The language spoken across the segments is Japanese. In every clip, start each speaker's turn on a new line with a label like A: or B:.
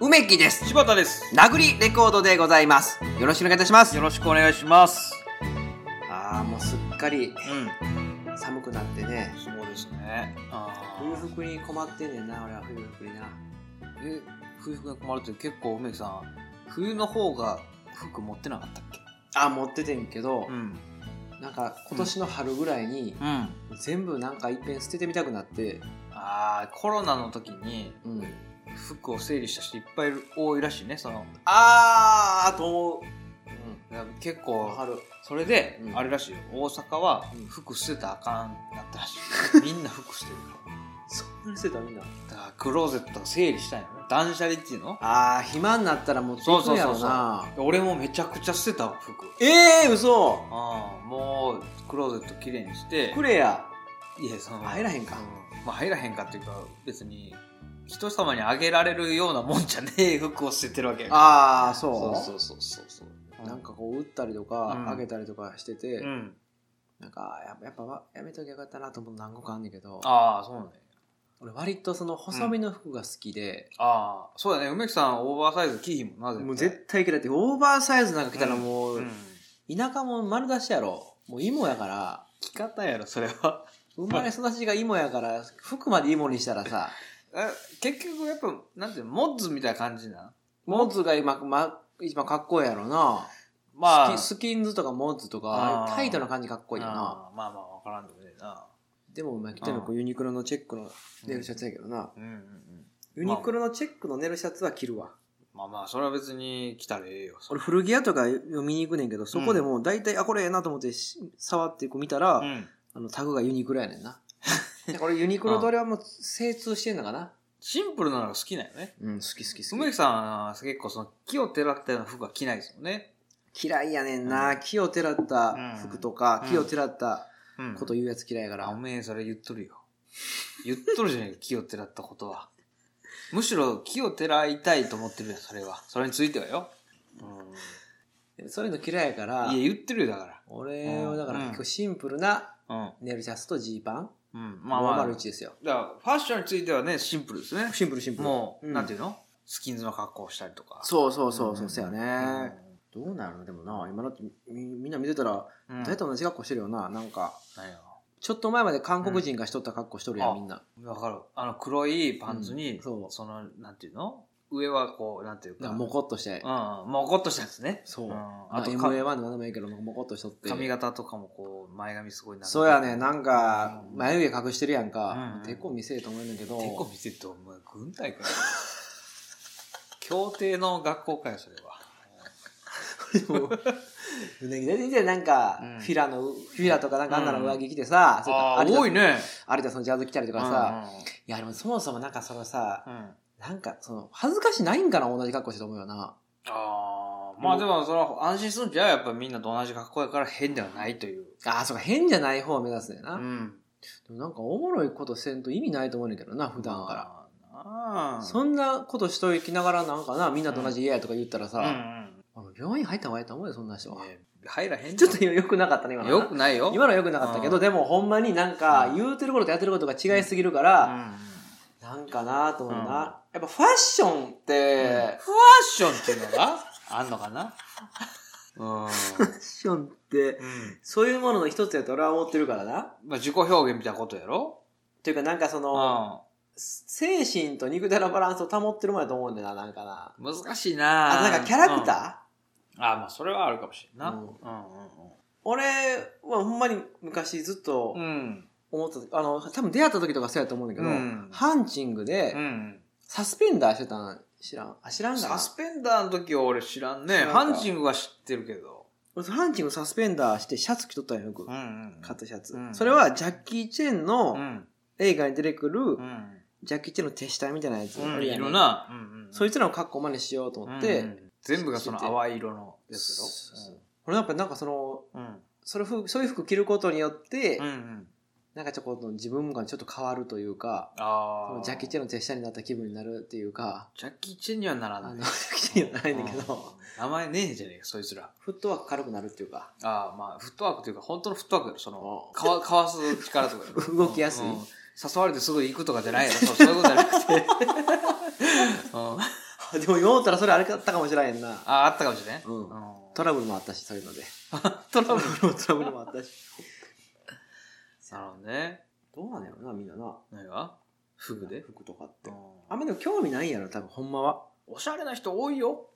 A: 梅木です。
B: 柴田です
A: 殴りレコードでございます。よろしくお願いいたします
B: よ。ろしくお願いします
A: ああ、もうすっかり
B: うん
A: 寒くなってね。
B: そうですねあ
A: 冬服に困ってんねんな、俺は冬服にな。
B: え冬服が困るって結構梅木さん冬の方が服持ってなかったっけ
A: あー、持っててんけど、
B: ん
A: なんか今年の春ぐらいに、
B: うん
A: 全部なんか一遍捨ててみたくなって、
B: ああコロナの時に
A: うん。
B: 服を整理した人いっぱいいる多いらしいねその、
A: あー、と思う。う
B: だから結
A: ん。
B: 構
A: 春。
B: それで、
A: うん
B: あれらしいよ大阪は
A: うん
B: 服捨てたらあかんなったらし いみんな服捨てるか
A: そんなに捨てたみんな。
B: らだからクローゼットとか整理したいよね断捨離っていうの
A: あー、暇になったらもう捨てくんやろ
B: そうそうそう
A: な。
B: 俺もめちゃくちゃ捨てたわ服
A: ええー、嘘
B: ああもうクローゼットきれいにして
A: くれや。
B: いやその
A: 入らへんか。
B: まあ入らへんかっていうか別に人様にあげられるようなもんじゃねえ 服を捨ててるわけやから
A: ああ、そう。
B: そうそうそうそうそう
A: なんかこう打ったりとか、
B: うん
A: 上げたりとかしてて、
B: うん
A: なんかやっぱやっぱやめときゃよかったなと思う何個かあんねんけど
B: ああそうね
A: 俺割とその細身の服が好きで、
B: ああそうだね梅木さんオーバーサイズ着ひんもんな
A: もう絶対嫌いだってオーバーサイズなんか着たらもう、
B: うん
A: 田舎も丸出しやろもう芋やから
B: 着方やろそれは
A: 生まれ育ちが芋やから服まで芋にしたらさ
B: え結局やっぱなんていうのモッズみたいな感じなん
A: モッズが今、ま、一番かっこいいやろな、
B: まあ
A: スキスキンズとかモッズとか
B: あー
A: タイトな感じかっこいいよな
B: ああまあまあわからんでもねえな
A: でもまあ着てるのこうユニクロのチェックのネルシャツやけどな、
B: うんうんうん
A: ユニクロのチェックのネルシャツは着るわ、
B: まあまあそれは別に着たらええよそれ
A: 俺古着屋とか読みに行くねんけどそこでもう大体、あこれええなと思ってし触ってこう見たら、
B: うん
A: あのタグがユニクロやねんな これユニクロと俺はもう精通してんのかな
B: シンプルなのが好きなんよね
A: うん好き好き
B: 梅木さんは結構その木を照らったような服は着ないですよね、
A: 嫌いやねんな、木をてらった服とか、
B: うん
A: 木をてらった
B: うん
A: こと言うやつ嫌いやから、
B: あおめえそれ言っとるよ言っとるじ ゃねえか木を照らったことはむしろ木を照らいたいと思ってるよそれはそれについてはよ、
A: そういうの嫌いやから
B: いや言ってるよだか
A: 俺はだから
B: うん
A: 結構シンプルな
B: らうん
A: ネルシャツとジーパン、
B: うん
A: ま
B: ま
A: あ
B: あまあだ
A: 501
B: か
A: ですよ
B: らファッションについてはねシンプルですね
A: シンプルシンプル
B: もう、
A: うん
B: なんていうのスキンズの格好をしたりとか
A: そうそうそうそううんそうやね、どうなるのでもな今だってみみんな見てたら
B: うん、うん
A: 大体同じ格好してるよななんか
B: 何や
A: ちょっと前まで韓国人がしとった格好しとるやん、
B: うん
A: みんな
B: わかるあの黒いパンツに、
A: うんそう
B: そのなんていうの上はこうなんていう
A: な
B: か
A: んかモコっとして、
B: うん、もうゴッとしたんですね。
A: そうんあ
B: あ
A: と
B: と
A: MA1 でも何でもいいけどモコっとしとって
B: 髪型とかもこう、前髪すごい長い
A: そうやねなんか
B: うん
A: 眉毛隠してるやんか
B: うん、
A: てこ見せえと思うんだけど
B: てこ見せると、お前、軍隊かよ。 協定の学校かよ、それは。
A: 胸毛出てきてなんか、
B: うん
A: フィラのフィラとかなんかあんなの上着着てさ、それか
B: あー、
A: 有田
B: 多いね。
A: 有田さんのジャズ着たりとかさ、いやでもそもそもなんかそのさ
B: うん、うんうん
A: なんかその恥ずかしないんかな同じ格好してと思うよな
B: あーまあでも、それは安心するんじゃ、やっぱみんなと同じ格好やから変ではないという。
A: ああそうか変じゃない方を目指すねんな、
B: う
A: で
B: ん。
A: もなんかおもろいことせんと意味ないと思うねんだけどな普段から、
B: まあなあ。
A: そんなことしといきながらなんかな、みんなと同じ家やとか言ったら
B: うんう
A: さ、
B: ん
A: あの病院入った方がいいと思うよ、そんな人は。
B: ね入らへん
A: ちょっと今良くなかったね、今の。
B: よくないよ。
A: 今のは良くなかったけど、
B: うん
A: でもほんまになんか、
B: うん
A: 言うてることとやってることが違いすぎるから、なんかなと思うな。
B: うん
A: やっぱファッションって、
B: うん
A: ファッ
B: ファッションっていうのがあんのかなうん。
A: ションって、そういうものの一つやと俺は思ってるからな。っ
B: まあ自己表現みたいなことやろ
A: ていうかなんかそうの、
B: ん。
A: 精神と肉体のバランスを保ってるもんやと思うんだよな、なんかな。
B: 難しいな
A: あとなんかキャラクター、
B: ー、あまあそれはあるかもしれんな。
A: う
B: うんん
A: 俺はほんまに昔ずっと
B: うんうん。
A: 思ってた、あの、多分出会った時とかそうやと思うんだけど、
B: うん
A: ハンチングで
B: う、ん。
A: サスペンダーしてたん知らんあ、知らんかな
B: サスペンダーの時は俺知らんね。
A: 知らんか
B: ハンチングは知ってるけど。
A: 俺ハンチングサスペンダーしてシャツ着とったんよ、よく。
B: ん
A: 買ったシャツ、
B: うん
A: それはジャッキー・チェン
B: う
A: の
B: ん。
A: 映画に出てくる、
B: うん。
A: ジャッキー・チェンの手下みたいなやつ、
B: うん。
A: 俺や
B: い
A: ね
B: るな。うんうん。
A: そい
B: つ
A: つらの格好真似しようと思って、
B: 全部がその淡い色のやつ
A: そうそう
B: や
A: そう俺やっぱなんかその
B: ろ。うん。
A: それ服そういう服着ることによって、
B: うんうん。
A: なんかちょっと自分がちょっと変わるというか
B: ああ。
A: ジャッキー・チェンの手下になった気分になるっていうか
B: ジャッキー・チェンにはなら
A: あ
B: ない
A: の。ジャッキー・チェンにはないんだけど、
B: うん名前ねえじゃねえかそいつら
A: フットワーク軽くなるっていうか
B: ああまあフットワークというか本当のフットワークよそ
A: う
B: の
A: ん
B: かわ かわす力とかよ
A: 動きやすい
B: うん誘われてすぐ行くとかじゃないよそうそういうことじゃなくて、うん
A: でも今思ったらそれあれだったかもしれんな。
B: あ、あったかもしれない。
A: うん
B: ト
A: トラブルもあったし、そういうので。
B: トラブル。
A: ブルトラブルもあったし。
B: なるほどね。
A: どうなんやろな、みんなな。
B: 何がフグで
A: 服とかって。あ
B: あ
A: んまでも興味ないんやろ、多分、ほんまは。
B: おしゃれな人多いよ。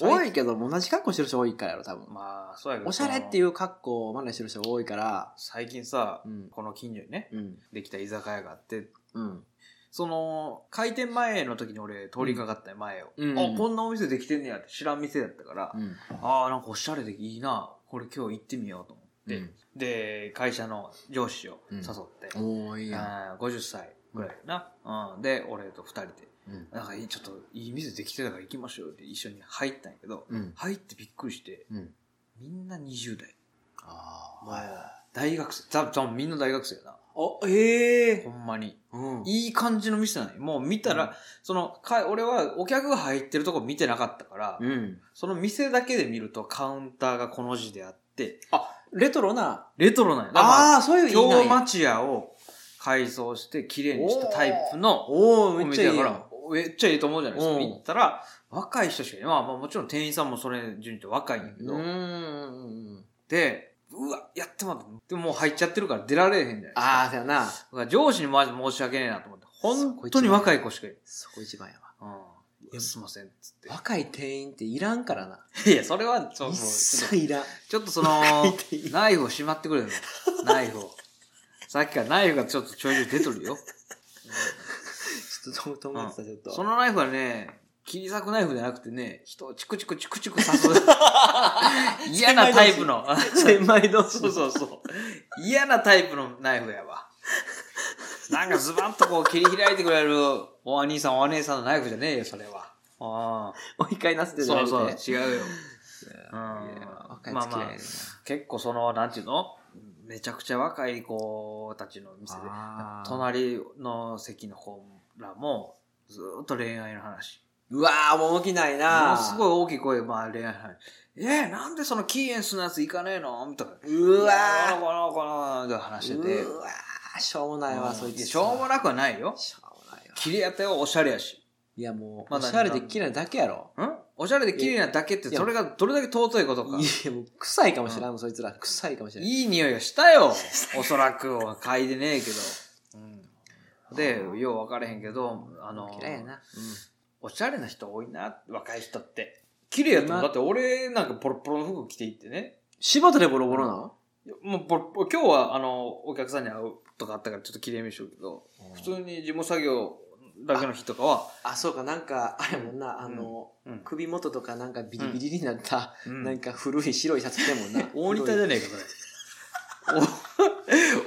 A: 多いけど、同じ格好してる人多いからやろ、多分。
B: まあ、そうやけど。
A: おしゃれって
B: う。
A: いう格好を真似してる人多いから。
B: 最近さ
A: う、ん。
B: この近所にね、
A: うん。
B: できた居酒屋があって、
A: うん。
B: その、開店前の時に俺通りかかったよ、前を。
A: うん
B: あ、こんなお店できてんねやって知らん店だったから、
A: うん。
B: ああ、なんかおしゃれでいいな。これ今日行ってみようと思って。
A: うん
B: で、会社の上司を誘って、
A: おー、いいや
B: あー50歳ぐらいかな、うんで、俺と2人
A: ん。
B: で、
A: うん。
B: なんかいいちょっといい店できてたから行きましょうって一緒に入ったんやけど、
A: うん。
B: 入ってびっくりして、
A: うん。
B: みんな20代。
A: ああ、
B: もう大学生。多分多分みんな大学生やな。
A: あ、え
B: ほ
A: え
B: んまに。
A: うん。
B: いい感じの店なのよ。もう見たら、
A: うん
B: その、か俺はお客が入ってるとこ見てなかったから、
A: うん。
B: その店だけで見るとカウンターがこの字であって、
A: あ、レトロな。
B: レトロなんや。だ
A: あ
B: か
A: あー、そういう意
B: ら、
A: 味なん
B: 京
A: や
B: 町屋を改装して綺麗にしたタイプの
A: お
B: お
A: お、めっち
B: 店
A: ゃ
B: や
A: いい
B: か
A: やん
B: ら、めっちゃいいと思うじゃないですか。
A: うん
B: 行ったら、若い人しかいない。まあまあもちろん店員さんもそれ順調若いんやけ
A: う
B: ど、
A: ーん。
B: で、うわ、やってまった。でももう入っちゃってるから出られへんじゃないですか。
A: ああ、そうやな。
B: だから上司にマジ申し訳ねえなと思って。本当に若い子しかいない。
A: そこ一番やわ。
B: うん。すいません、つっ
A: 若い店員っていらんからな。
B: て。いや、それは、そうも
A: 一
B: うちょっと
A: 切いらん。
B: ちょっとそ
A: 若い
B: の、
A: 店員。
B: ナイフをしまってくれよ。ナイフを。さっきからナイフがちょっとちょいちょい出とるよ。
A: ちょっとと友達だ、ちょっと。
B: そのナイフはね、切り裂くナイフじゃなくてね、人をチクチクチクチク 刺す。嫌なタイプの。
A: 千枚同士。
B: そうそうそう。嫌なタイプのナイフやわ。なんかズバッとこう切り開いてくれるお兄さんお姉さんのナイフじゃねえよ、それは。あ
A: お控えなすって
B: あ。
A: じゃ
B: そ
A: な
B: う
A: くて。
B: そう、違うよ。うん
A: いや若い
B: まあ
A: 付き合い
B: まあ
A: やな。
B: 結構その、なんていうのめちゃくちゃ若い子たちの店で、
A: あー
B: 隣の席の子らも、ずーっと恋愛の話。
A: うわあ、もう起きない
B: も
A: な。
B: のすごい大きい声で、まあ恋愛の話。えー、なんでそのキーエンスのやつ行かねえのみたいな。
A: うわ
B: こ
A: あ。
B: のこのこので話してて。
A: うわあ、しょうもないわ、そい
B: いや
A: つ。
B: しょうもなくはないよ。
A: しょうもないわ。
B: 切り当てはおしゃれやし。
A: いやもう、
B: ま
A: お
B: だ
A: しゃれで綺麗なだけやろ。
B: んおしゃれで綺麗なだけって、
A: いや
B: それがどれだけ尊いことか
A: い。や、もう臭いかもしれん、そいつら。臭いかもしれん。
B: いい匂いがした よ。おそらくは嗅いでねえけど。うん、で、よう分からへんけど、あの、
A: 嫌いやな。
B: おしゃれな人多いな、若い人って。綺麗やと思う。
A: ま
B: だって俺なんかポロポロの服着ていってね。
A: 柴田でボロボロなの
B: いやもうポロポロ今日はあの、お客さんに会うとかあったからちょっと綺麗めにしようけど、普通に事務作業だけの日とかは、
A: あ、そうか、なんか、あれもんな、あの、
B: うん
A: 首元とかなんかビリビリになった、
B: うん。
A: なんか古い白いシャツ着てんもんな
B: 大仁田じ
A: で
B: ゃねえか、これ。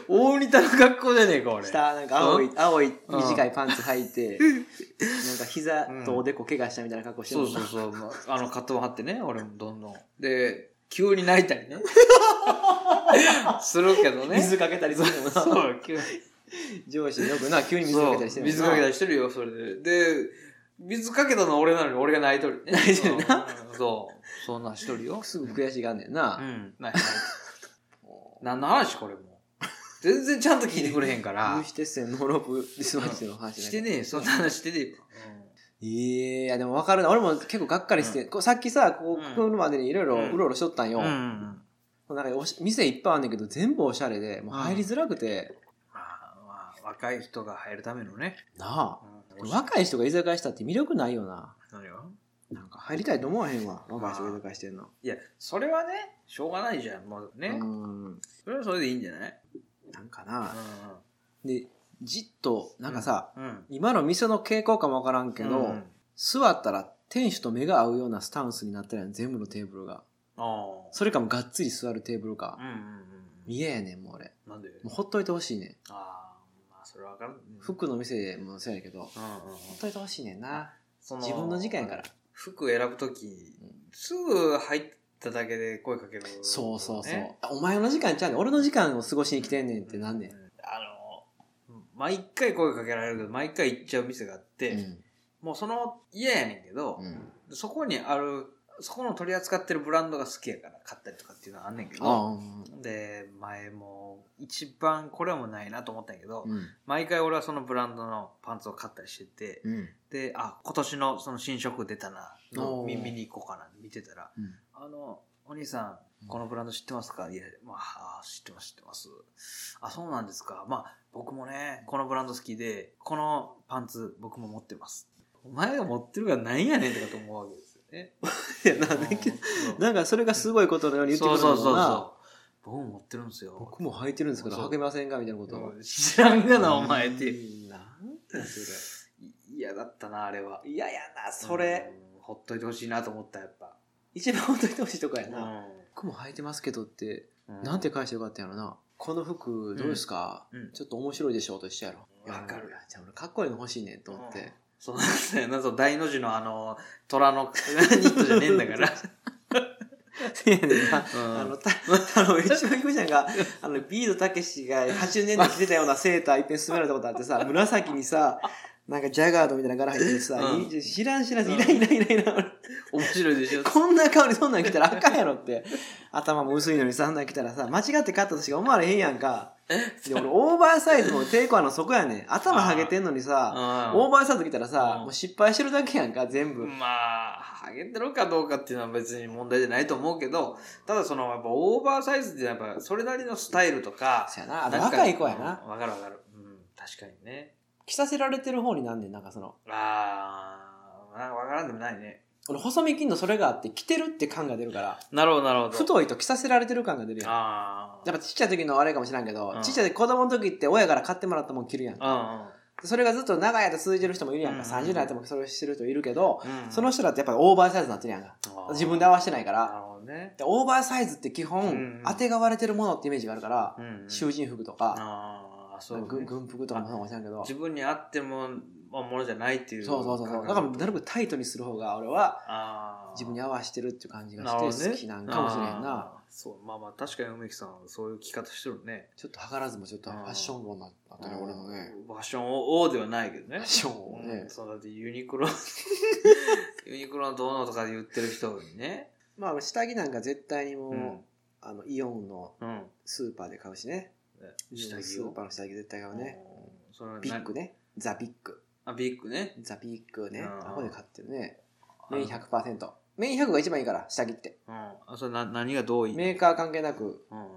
B: お大仁田の格好じゃねえか、俺。
A: 下、なんか青い、青い
B: うん
A: 短いパンツ履いて、なんか膝とおでこ怪我したみたいな格好してる
B: そ
A: も
B: うんそ
A: な。
B: うそう。ま ああの、カットを貼ってね、俺もどんどん。で、急に泣いた りね。するけどね。
A: 水かけたりするもん
B: そ
A: な。
B: う、急に。
A: 上司によくな、急に水かけたりして
B: そう
A: るもん
B: 水
A: な。
B: かけたりしてるよ、それで。で、水かけたのは俺なのに俺が泣いとるね。
A: 泣いてるな
B: うん。 そう。そんなんしとるよ。
A: すぐ悔しがんねん
B: う
A: な。
B: ん。泣いてる。何の話これもう。全然ちゃんと聞いてくれへんか
A: 有
B: ら。
A: 刺鉄線ノーロープディスマッチの話だけど
B: してねえ、そんな話してねえよ。
A: いや、でも分かるな。俺も結構がっかりして、こうさっきさ、こ
B: うん
A: う、来るまでにいろいろうろうろしとったんよ。
B: うんうん。
A: なんかおし店いっぱいあんねんけど、全部おしゃれで、もう入りづらくて、
B: まあまあ、若い人が入るためのね。
A: なあ。
B: うん
A: 若い人が居酒屋したって魅力ないよな。
B: 何が
A: なんか入りたいと思わへんわ。若い人が居酒屋してんの。
B: いや、それはね、しょうがないじゃん、もう
A: う
B: ね。
A: ん。
B: それはそれでいいんじゃない
A: なんかな。
B: う
A: で、じっと、なんかさ、
B: ん。うん。
A: 今の店の傾向かもわからんけど、
B: うん
A: 座ったら店主と目が合うようなスタンスになってるやん、全部のテーブルが。
B: あ
A: それかもがっつり座るテーブル
B: あ。
A: か
B: う。んうんうんうん。
A: 嫌やねん、もう俺。
B: なんで
A: もうほっといてほしいねん。
B: ああ、まあ、それはわかる。うん
A: 服の店もそうやけど、ほ
B: うんうんうん。
A: っといてほしいねんな。
B: その
A: 自分の時間やから。。
B: 服選ぶとき、すぐ入っただけで声かける。
A: そうそうそう
B: ね。
A: あお前の時間ちゃうねん俺の時間を過ごしに来てんねんってなんねん
B: う。あの、毎回声かけられるけど、毎回行っちゃう店があって、
A: うん
B: もうその嫌やねんけど、
A: うん
B: そこにあるそこの取り扱ってるブランドが好きやから買ったりとかっていうのはあんねんけど、
A: あ
B: で、前も一番これはもうないなと思ったんやけど
A: あ、、うん。
B: 毎回俺はそのブランドのパンツを買ったりしてて、
A: うん。
B: で、あ、今年のその新色出たな、の
A: おー
B: 見に行こうかな、見てたら、
A: うん
B: あの、お兄さ
A: うん
B: ん、このブランド知ってますかいや、まあ、あー知ってます、知ってます。あ、そうなんですか。まあ、僕もね、このブランド好きで、このパンツ、僕も持ってます。お前が持ってるがなんやねんとかと思うわけですよね。
A: いや、なんで
B: うん
A: なんかそれがすごいことのように言ってくる
B: そう
A: の
B: そうそう
A: な。
B: そう。僕も持ってるんですよ。
A: 僕も履いてるんですけど、
B: そう
A: 履けませんかみたいなことを。
B: 知らんがな、お前っていう。
A: うんなんだそれ。
B: 嫌だったな、あれは。
A: 嫌やな、そ
B: そ
A: れ
B: れ。、ほっといてほしいなと思った、やっぱ。
A: 一番ほっといてほしいとこやな。僕も履いてますけどって、
B: うん
A: なんて返してよかったんやろな。この服どうですか、
B: うんうん
A: ちょっと面白いでしょと一緒やろ。
B: うんわかる
A: いやじゃあ俺かっこいいの欲しいねんと思っ
B: うん
A: て。
B: そうなんですよ。なんぞ大の字のあの、虎の ニットじゃねえんだから。
A: せやねんな。
B: うん
A: あの、た、 あの、吉野ひこちゃんが、あの、ビードたけしが80年代着てたようなセーターいっぺん勧められたことあって さ、紫にさ、なんかジャガードみたいな柄入っててさ、
B: うん
A: いい知らん知らん、
B: うん
A: いらんいらんいらんいらん。
B: 面白いでしょ。
A: こんな顔にそんなん着たらあかんやろって。頭も薄いのにさ、あんなん着たらさ、間違って買ったとしか思われへんやんか。で、俺、オーバーサイズも抵抗あるのそこやねん。頭ハゲてんのにさ、オー
B: ー
A: バーサイズ着たらさ
B: う、ん
A: もう失敗してるだけやんか、全部。
B: まあ、ハゲてるかどうかっていうのは別に問題じゃないと思うけど、ただその、やっぱオーバーサイズってやっぱそれなりのスタイルとか、
A: そやな。あと
B: なんか
A: 若い子やな。
B: うんわかるわかる。うん、確かにね。
A: 着させられてる方になんねん、なんかその。
B: あー、なんかわからんでもないね。
A: 俺細身金のそれがあって着てるって感が出るから
B: なるほど、なるほど。
A: 太いと着させられてる感が出るやんや
B: あー。
A: っぱちっちゃい時のあれかもしれんけど、
B: うん
A: ちっちゃい子供の時って親から買ってもらったもん着るやん、それがずっと長い間続いてる人もいるやんか、
B: うん
A: 30年やってもそれをしてる人いるけど、
B: うん、うん。
A: その人だってやっぱりオーバーサイズになってるやんか
B: あー
A: 自分で合わせてないから
B: なるほどね。
A: でオーバーサイズって基本、
B: うん
A: あてがわれてるものってイメージがあるから、
B: うんうん
A: 囚人服とか、
B: ああ、そう、
A: なんか軍軍服とかもそうかもしれんけど
B: 自分に合っても、まあ、ものじゃないっていう。
A: そうそうそうそうだ
B: 感
A: か
B: 覚
A: らなるべくタイトにする方が俺は
B: ああ。
A: 自分に合わせてるっていう感じが
B: るほ
A: し
B: ど
A: て
B: ね
A: 好きなんかもしれんな
B: あーそう、まあまあ、確かに梅木さん、そういう着方してるね。
A: ちょっと図らずもちょっとファッション王になったね、俺もね。
B: ファッション王ではないけどね。
A: ファッション王ね
B: うん。そう、だってユニクロ、 ユニクロのどうのとかで言ってる人にね。
A: まあ、下着なんか絶対にもう、
B: うん。
A: あの、イオンの
B: うん。
A: スーパーで買うしね。
B: ね下
A: ス
B: 着
A: ー
B: を
A: パ。ーの下着絶対買うね。
B: うん。それは
A: ビッグ
B: ね。
A: ね。ザ・ビッグ。
B: あ、ビッグね。
A: ザ・ビッグね。
B: うん
A: あこで買ってるね。メイン100%。メイン100が一番いいから、下着って。
B: うん。あ、それな、何がどういい
A: メーカー関係なく。
B: うん。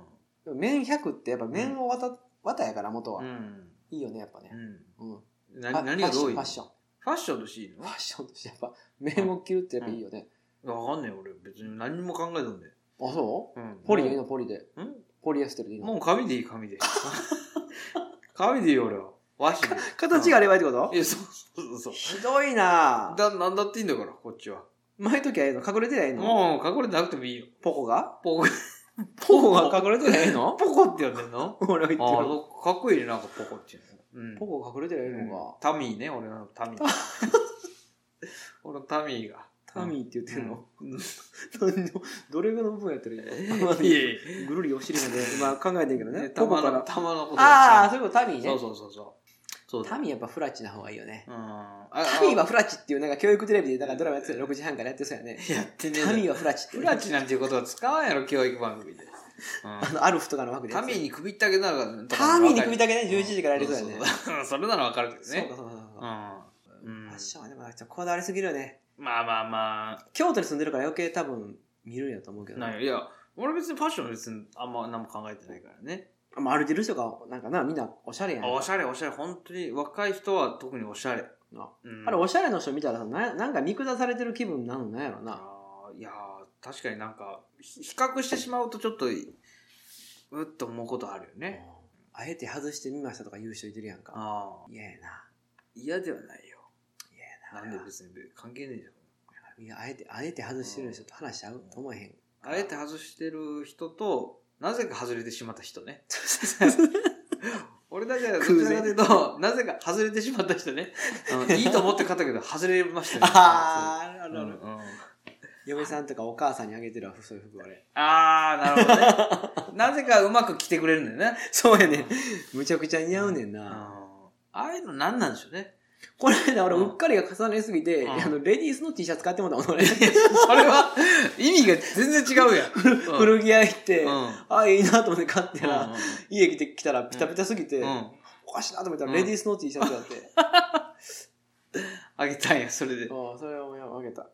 A: でもメイン100ってやっぱ面を綿、綿やから、元は、
B: うん。
A: いいよね、やっぱ
B: う
A: ね。
B: ん。
A: うん。
B: 何何がどういい
A: ファッション。
B: ファッションとしていい
A: ファッションファッションとしてやっぱ、面を着るってやっぱいいよね。
B: のわかんねえ俺別に何も考えたんで、
A: あ、そう
B: うん
A: ポリでいいの、ポリで。
B: うん
A: ポリエステルでいいの。
B: もう紙でいい紙で 紙でいいよ俺は和紙で
A: 形があればいいってこと
B: いやそうそうそうそう
A: ひどいなぁ
B: だなんだっていいんだからこっちは
A: 前時はええの隠れてないの
B: もう隠れてなくてもいいよ
A: ポコが
B: ポコ
A: ポコが隠れてないの
B: ポコって呼んでんの
A: 俺は言
B: あ
A: ってる。
B: あかっこいいねなんかポコっていうの、うん、
A: ポコ隠れてないのか。
B: タミーね俺のタミー 俺のタミーが
A: タミーって言ってるの
B: うん
A: 何のどれぐらいの部分やってる今
B: いやいや
A: ぐるりお尻まで今考えてんけどね。
B: た
A: ポコ
B: ま
A: か
B: の
A: ら。
B: たまのこと
A: ああ、そういうことタミー
B: そう
A: ね。
B: そうそうそうそうだ
A: タミーやっぱフラチな方がいいよね
B: う。んあ
A: タミーはフラチっていうなんか教育テレビでなんかドラマやってたよ6時半からやってそうやね。
B: やってねえだ
A: タ
B: ろ
A: ミーはフラチって。
B: フラチなんていうことは使わんやろ、教育番組で。
A: あの、アルフとかの枠でや
B: タ
A: って
B: ミ
A: た
B: ーに首ったけなら、
A: タミーに首
B: け
A: だけね、11時からやりそうやね。
B: それならわかるけど
A: そう
B: ね
A: か。そうかそう
B: う
A: か。
B: ん。
A: フ
B: う
A: ァ
B: ん
A: ッションはでもなんかちょっとこだわりすぎるよね。
B: まあまあま
A: 京都に住んでるから余計多分見るんやと思うけ
B: あ、
A: ど、
B: なんやいや、俺別にファッションは別にあんま何も考えてないからね。
A: まあ、歩いてる人がなんかなみんなおしゃれやん
B: あおしゃれおしゃれ、本当に若い人は特におしゃれ。
A: な
B: うん
A: あれおしゃれの人見たらさななんか見下されてる気分なのなんやろな
B: あーいやー確かになんか、ひ比較してしまうとちょっと、うっと思うことあるよね。
A: あえて外してみましたとか言う人いてるやんか
B: ああ。
A: 嫌やな
B: 嫌ではないよ。
A: 嫌
B: な
A: や
B: ん
A: な
B: で別に関係ねえじゃん。
A: いやあえてあえて外してる人と話し合うと思えへ ん
B: あえて外してる人と、なぜか外れてしまった 人ね。俺だけはどちらかというと、なぜか外れてしまった人ね。うんいいと思って買ったけど、外れましたね。
A: あーあるある
B: そうう
A: あ
B: ん
A: る、
B: うん
A: 嫁さんとかお母さんにあげてるわそういう服あ れ
B: あー、なるほどね。なぜかうまく着てくれるんだよね。
A: そうやねむちゃくちゃ似合うねん
B: うん
A: な、
B: ああいうの何なんでしょうね。
A: この間俺、
B: う
A: うんっかりが重ねすぎて、
B: うん
A: あの、レディースの T シャツ買ってもらったもん、俺。
B: それは、意味が全然違うやん。古
A: 古着屋行って、
B: うん。
A: あ、いいなと思って買って
B: うん
A: ら、家来てきたらピタピタすぎて、
B: うん。
A: おかしいなと思ったら、
B: うん
A: レディースの T シャツ だって。
B: あげたんや、それで。
A: うん、それをあげた。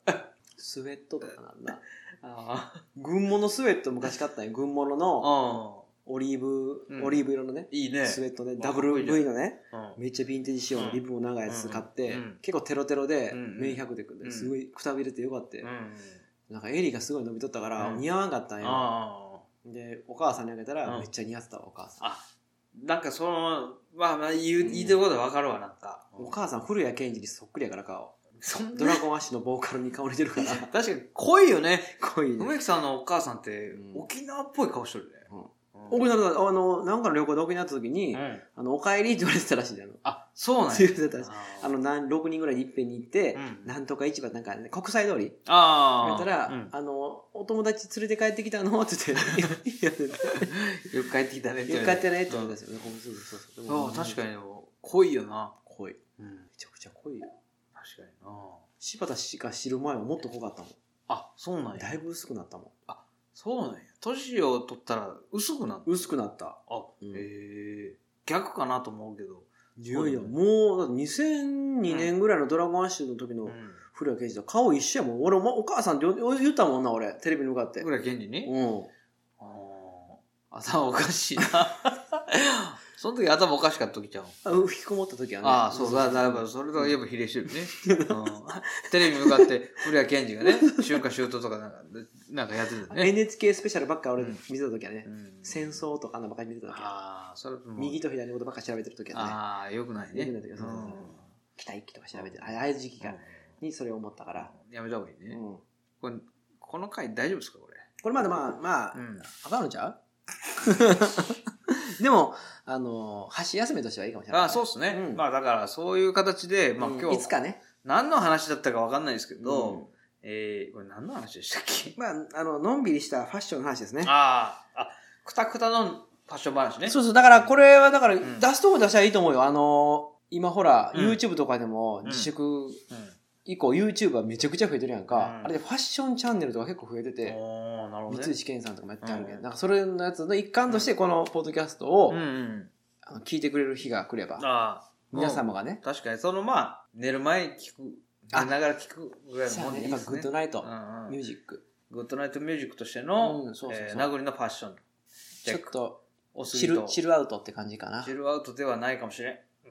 A: スウェットとかなん だ。
B: あ
A: 群物のスウェット昔買ったんや。群物の
B: あ。
A: オリーブ、
B: うん
A: オリーブ色のね、
B: いいね。
A: スウェットね、
B: か
A: ダ
B: っこ
A: ブ
B: いい
A: ル V のね、
B: うん
A: めっちゃヴィンテージ仕様
B: う
A: の
B: ん
A: リブも長いやつ買って、
B: うん
A: 結構テロテロで、
B: うんうん
A: メイン100で組ん
B: う
A: で、
B: ん
A: すごいくたびれてよかったよ、
B: うん。
A: なんか襟がすごい伸びとったから、
B: うん
A: 似合わんかったんよ。
B: あ
A: で、お母さんにあげたら、
B: うん
A: めっちゃ似合ってたわ、お母さ
B: あ。あ、なんかその、まあまあ言う、言いたいことはわかるわ、なんか。
A: ん。お母さん、古谷健二にそっくりやから顔。
B: そん
A: ド
B: な
A: ラ、ゴンアッシュのボーカルに顔似てるから。
B: 確かに濃いよね。
A: 濃いね。
B: 梅木さんのお母さんって
A: う、ん
B: 沖縄っぽい顔してるね。うん
A: 沖縄だったあの、なんかの旅行で沖縄行った時に、
B: うん
A: あの、お帰りって言われてたらしいんだよ。
B: あ、そうなん
A: そう
B: や。
A: 言われてたらしい。あの、なん6人ぐらいにいっぺんに行って、
B: うん
A: なんとか市場、なんか、ね、国際通り
B: ああ。
A: やったら、
B: うん
A: あの、お友達連れて帰ってきたのって言って、いや、いや、
B: よく帰ってきたね
A: よく帰ってねって
B: う
A: 思うんで
B: んです
A: よね。そうそうそうそう
B: ああ、確かに。濃いよな。
A: 濃い。め
B: うん。
A: ちゃくちゃ濃いよ。
B: 確かにな。
A: 柴田氏が知る前はもっと濃かったもん。
B: あ、そうなん
A: だ
B: や
A: い。ぶ薄くなったも
B: そうなんや。年を取ったら薄くなる
A: ん。薄くなった。
B: あ、
A: うん
B: へえ。逆かなと思うけど。
A: いやいや、
B: そうだね
A: もう、だって2002年ぐらいのドラゴンアッシュの時の
B: うん。
A: 古谷健二と顔一緒やもん。俺、お前お母さんって呼言ったもんな、俺。テレビに向かって。
B: ぐらい原理ね。
A: うん。
B: ああ。頭おかしいな。 その時頭おかしかった時ちゃう。
A: あ引きこもった時はね。
B: ああ、そうだ、だいぶ、それといえば比例してるね。うんテレビ向かって、古谷健二がね、春夏秋冬とかなんか、なんかやってたね。
A: NHK スペシャルばっか俺
B: うん
A: 見てた時はね、
B: うん
A: 戦争とかあんなばっかり見てた時は、
B: ああ、それも
A: 右と左のことばっか調べてる時はね、
B: ああ、よくないね。
A: よくないよそうそうそう北一揆とか調べてる、あああいう時期が、にそれを思ったから、
B: うんやめた方がいいうね。
A: ん。
B: これ、この回大丈夫ですか、これ。
A: これまだまあ、まあ、
B: うん。
A: あかんのちゃう でも、あの、箸休めとしてはいいかもしれない。
B: ああ、そうっすね。
A: うん
B: まあ、だから、そういう形で、まあ、
A: うん
B: 今
A: いつ
B: 日、
A: かね。
B: 何の話だったかわかんないですけど、
A: うん
B: えー、これ何の話でしたっけ
A: まあ、あの、のんびりしたファッションの話ですね。
B: ああ、あ、くたくたのファッション話ね。
A: そうそう、だからこれは、だから、
B: ん
A: 出すとこ出したらいいと思うよ。あの、今ほら、
B: うん
A: YouTube とかでも
B: ん
A: 自粛
B: うん。
A: 以降 YouTuber めちゃくちゃ増えてるやんか、
B: うん
A: あれでファッションチャンネルとか結構増えてて、
B: おーなるほど、
A: 三
B: ね。
A: 石健さんとかもやってあるけど、
B: うん
A: なんかそれのやつの一環としてこのポッドキャストを、
B: うんうん。
A: あの聞いてくれる日が来れば、
B: ああ。
A: 皆様がね、
B: 確かに、そのまあ、寝る前に聞く、
A: あ
B: 寝ながら聞くぐらいの
A: さ
B: も
A: あ
B: んで
A: ね、
B: いい
A: や
B: で
A: っぱ
B: す
A: グ
B: ね
A: ッ。ドナイト
B: う、んうん
A: ミュージック、
B: グッドナイトミュージックとしての、
A: うんそうそうそう
B: えー名残のファッション。
A: ちょっと
B: おす
A: チ
B: ぎ
A: ル
B: と
A: チルアウトって感じかな
B: チ。ルアウトではないかもしれ ん。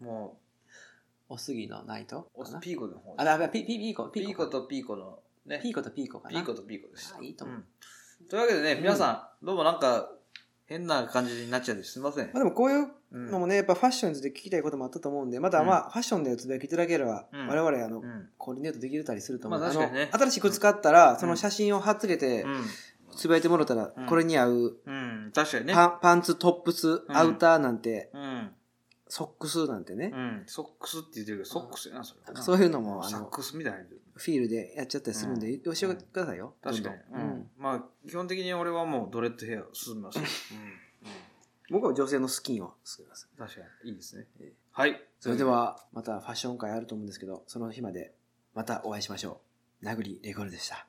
B: うんも
A: おすぎのナイト
B: う、お
A: かな。
B: ピーコの方
A: あ、だめ、ピピピーコ、
B: ピ
A: ピ
B: ー
A: ー
B: コ
A: コ。
B: とピーコの、ね、
A: ピーコとピーコか
B: ピー
A: な
B: コ。とピーコです
A: あ。いいと思う
B: うんというわけでね、
A: ん
B: 皆さん、どうもなんか、変な感じになっちゃってすみません
A: まあ。でもこういう
B: うん
A: のもね、やっぱファッションについて聞きたいこともあったと思うんで、またまあ、ファッションでつぶやきいただければ、
B: うん
A: 我々、あの
B: う、ん。
A: コーディネートできるたりすると思う。
B: まあ確かにね
A: あの新しい靴買ったら、その写真を貼っつけて
B: う、ん
A: つぶやいてもらったら
B: うん、
A: これに合う
B: うん。確かにね。
A: パンパンツ、トップス、
B: ん
A: アウターなんて、
B: うん。
A: ソックスなんてね
B: う、ん。ソックスって言ってるけど、ソックスやな、それはな。
A: そういうのも、あ
B: サッ
A: の、
B: クスみたいなやつ。
A: フィールでやっちゃったりするんで、
B: うん
A: 教えてくださいよ。
B: 確かに。
A: どん
B: う
A: どんうん
B: ん。まあ、基本的に俺はもうドレッドヘアを進みます。うん。
A: 僕は女性のスキンを作ります。
B: 確かに。いいですね。はい。
A: それでは、またファッション会あると思うんですけど、その日まで、またお会いしましょう。殴りレコールでした。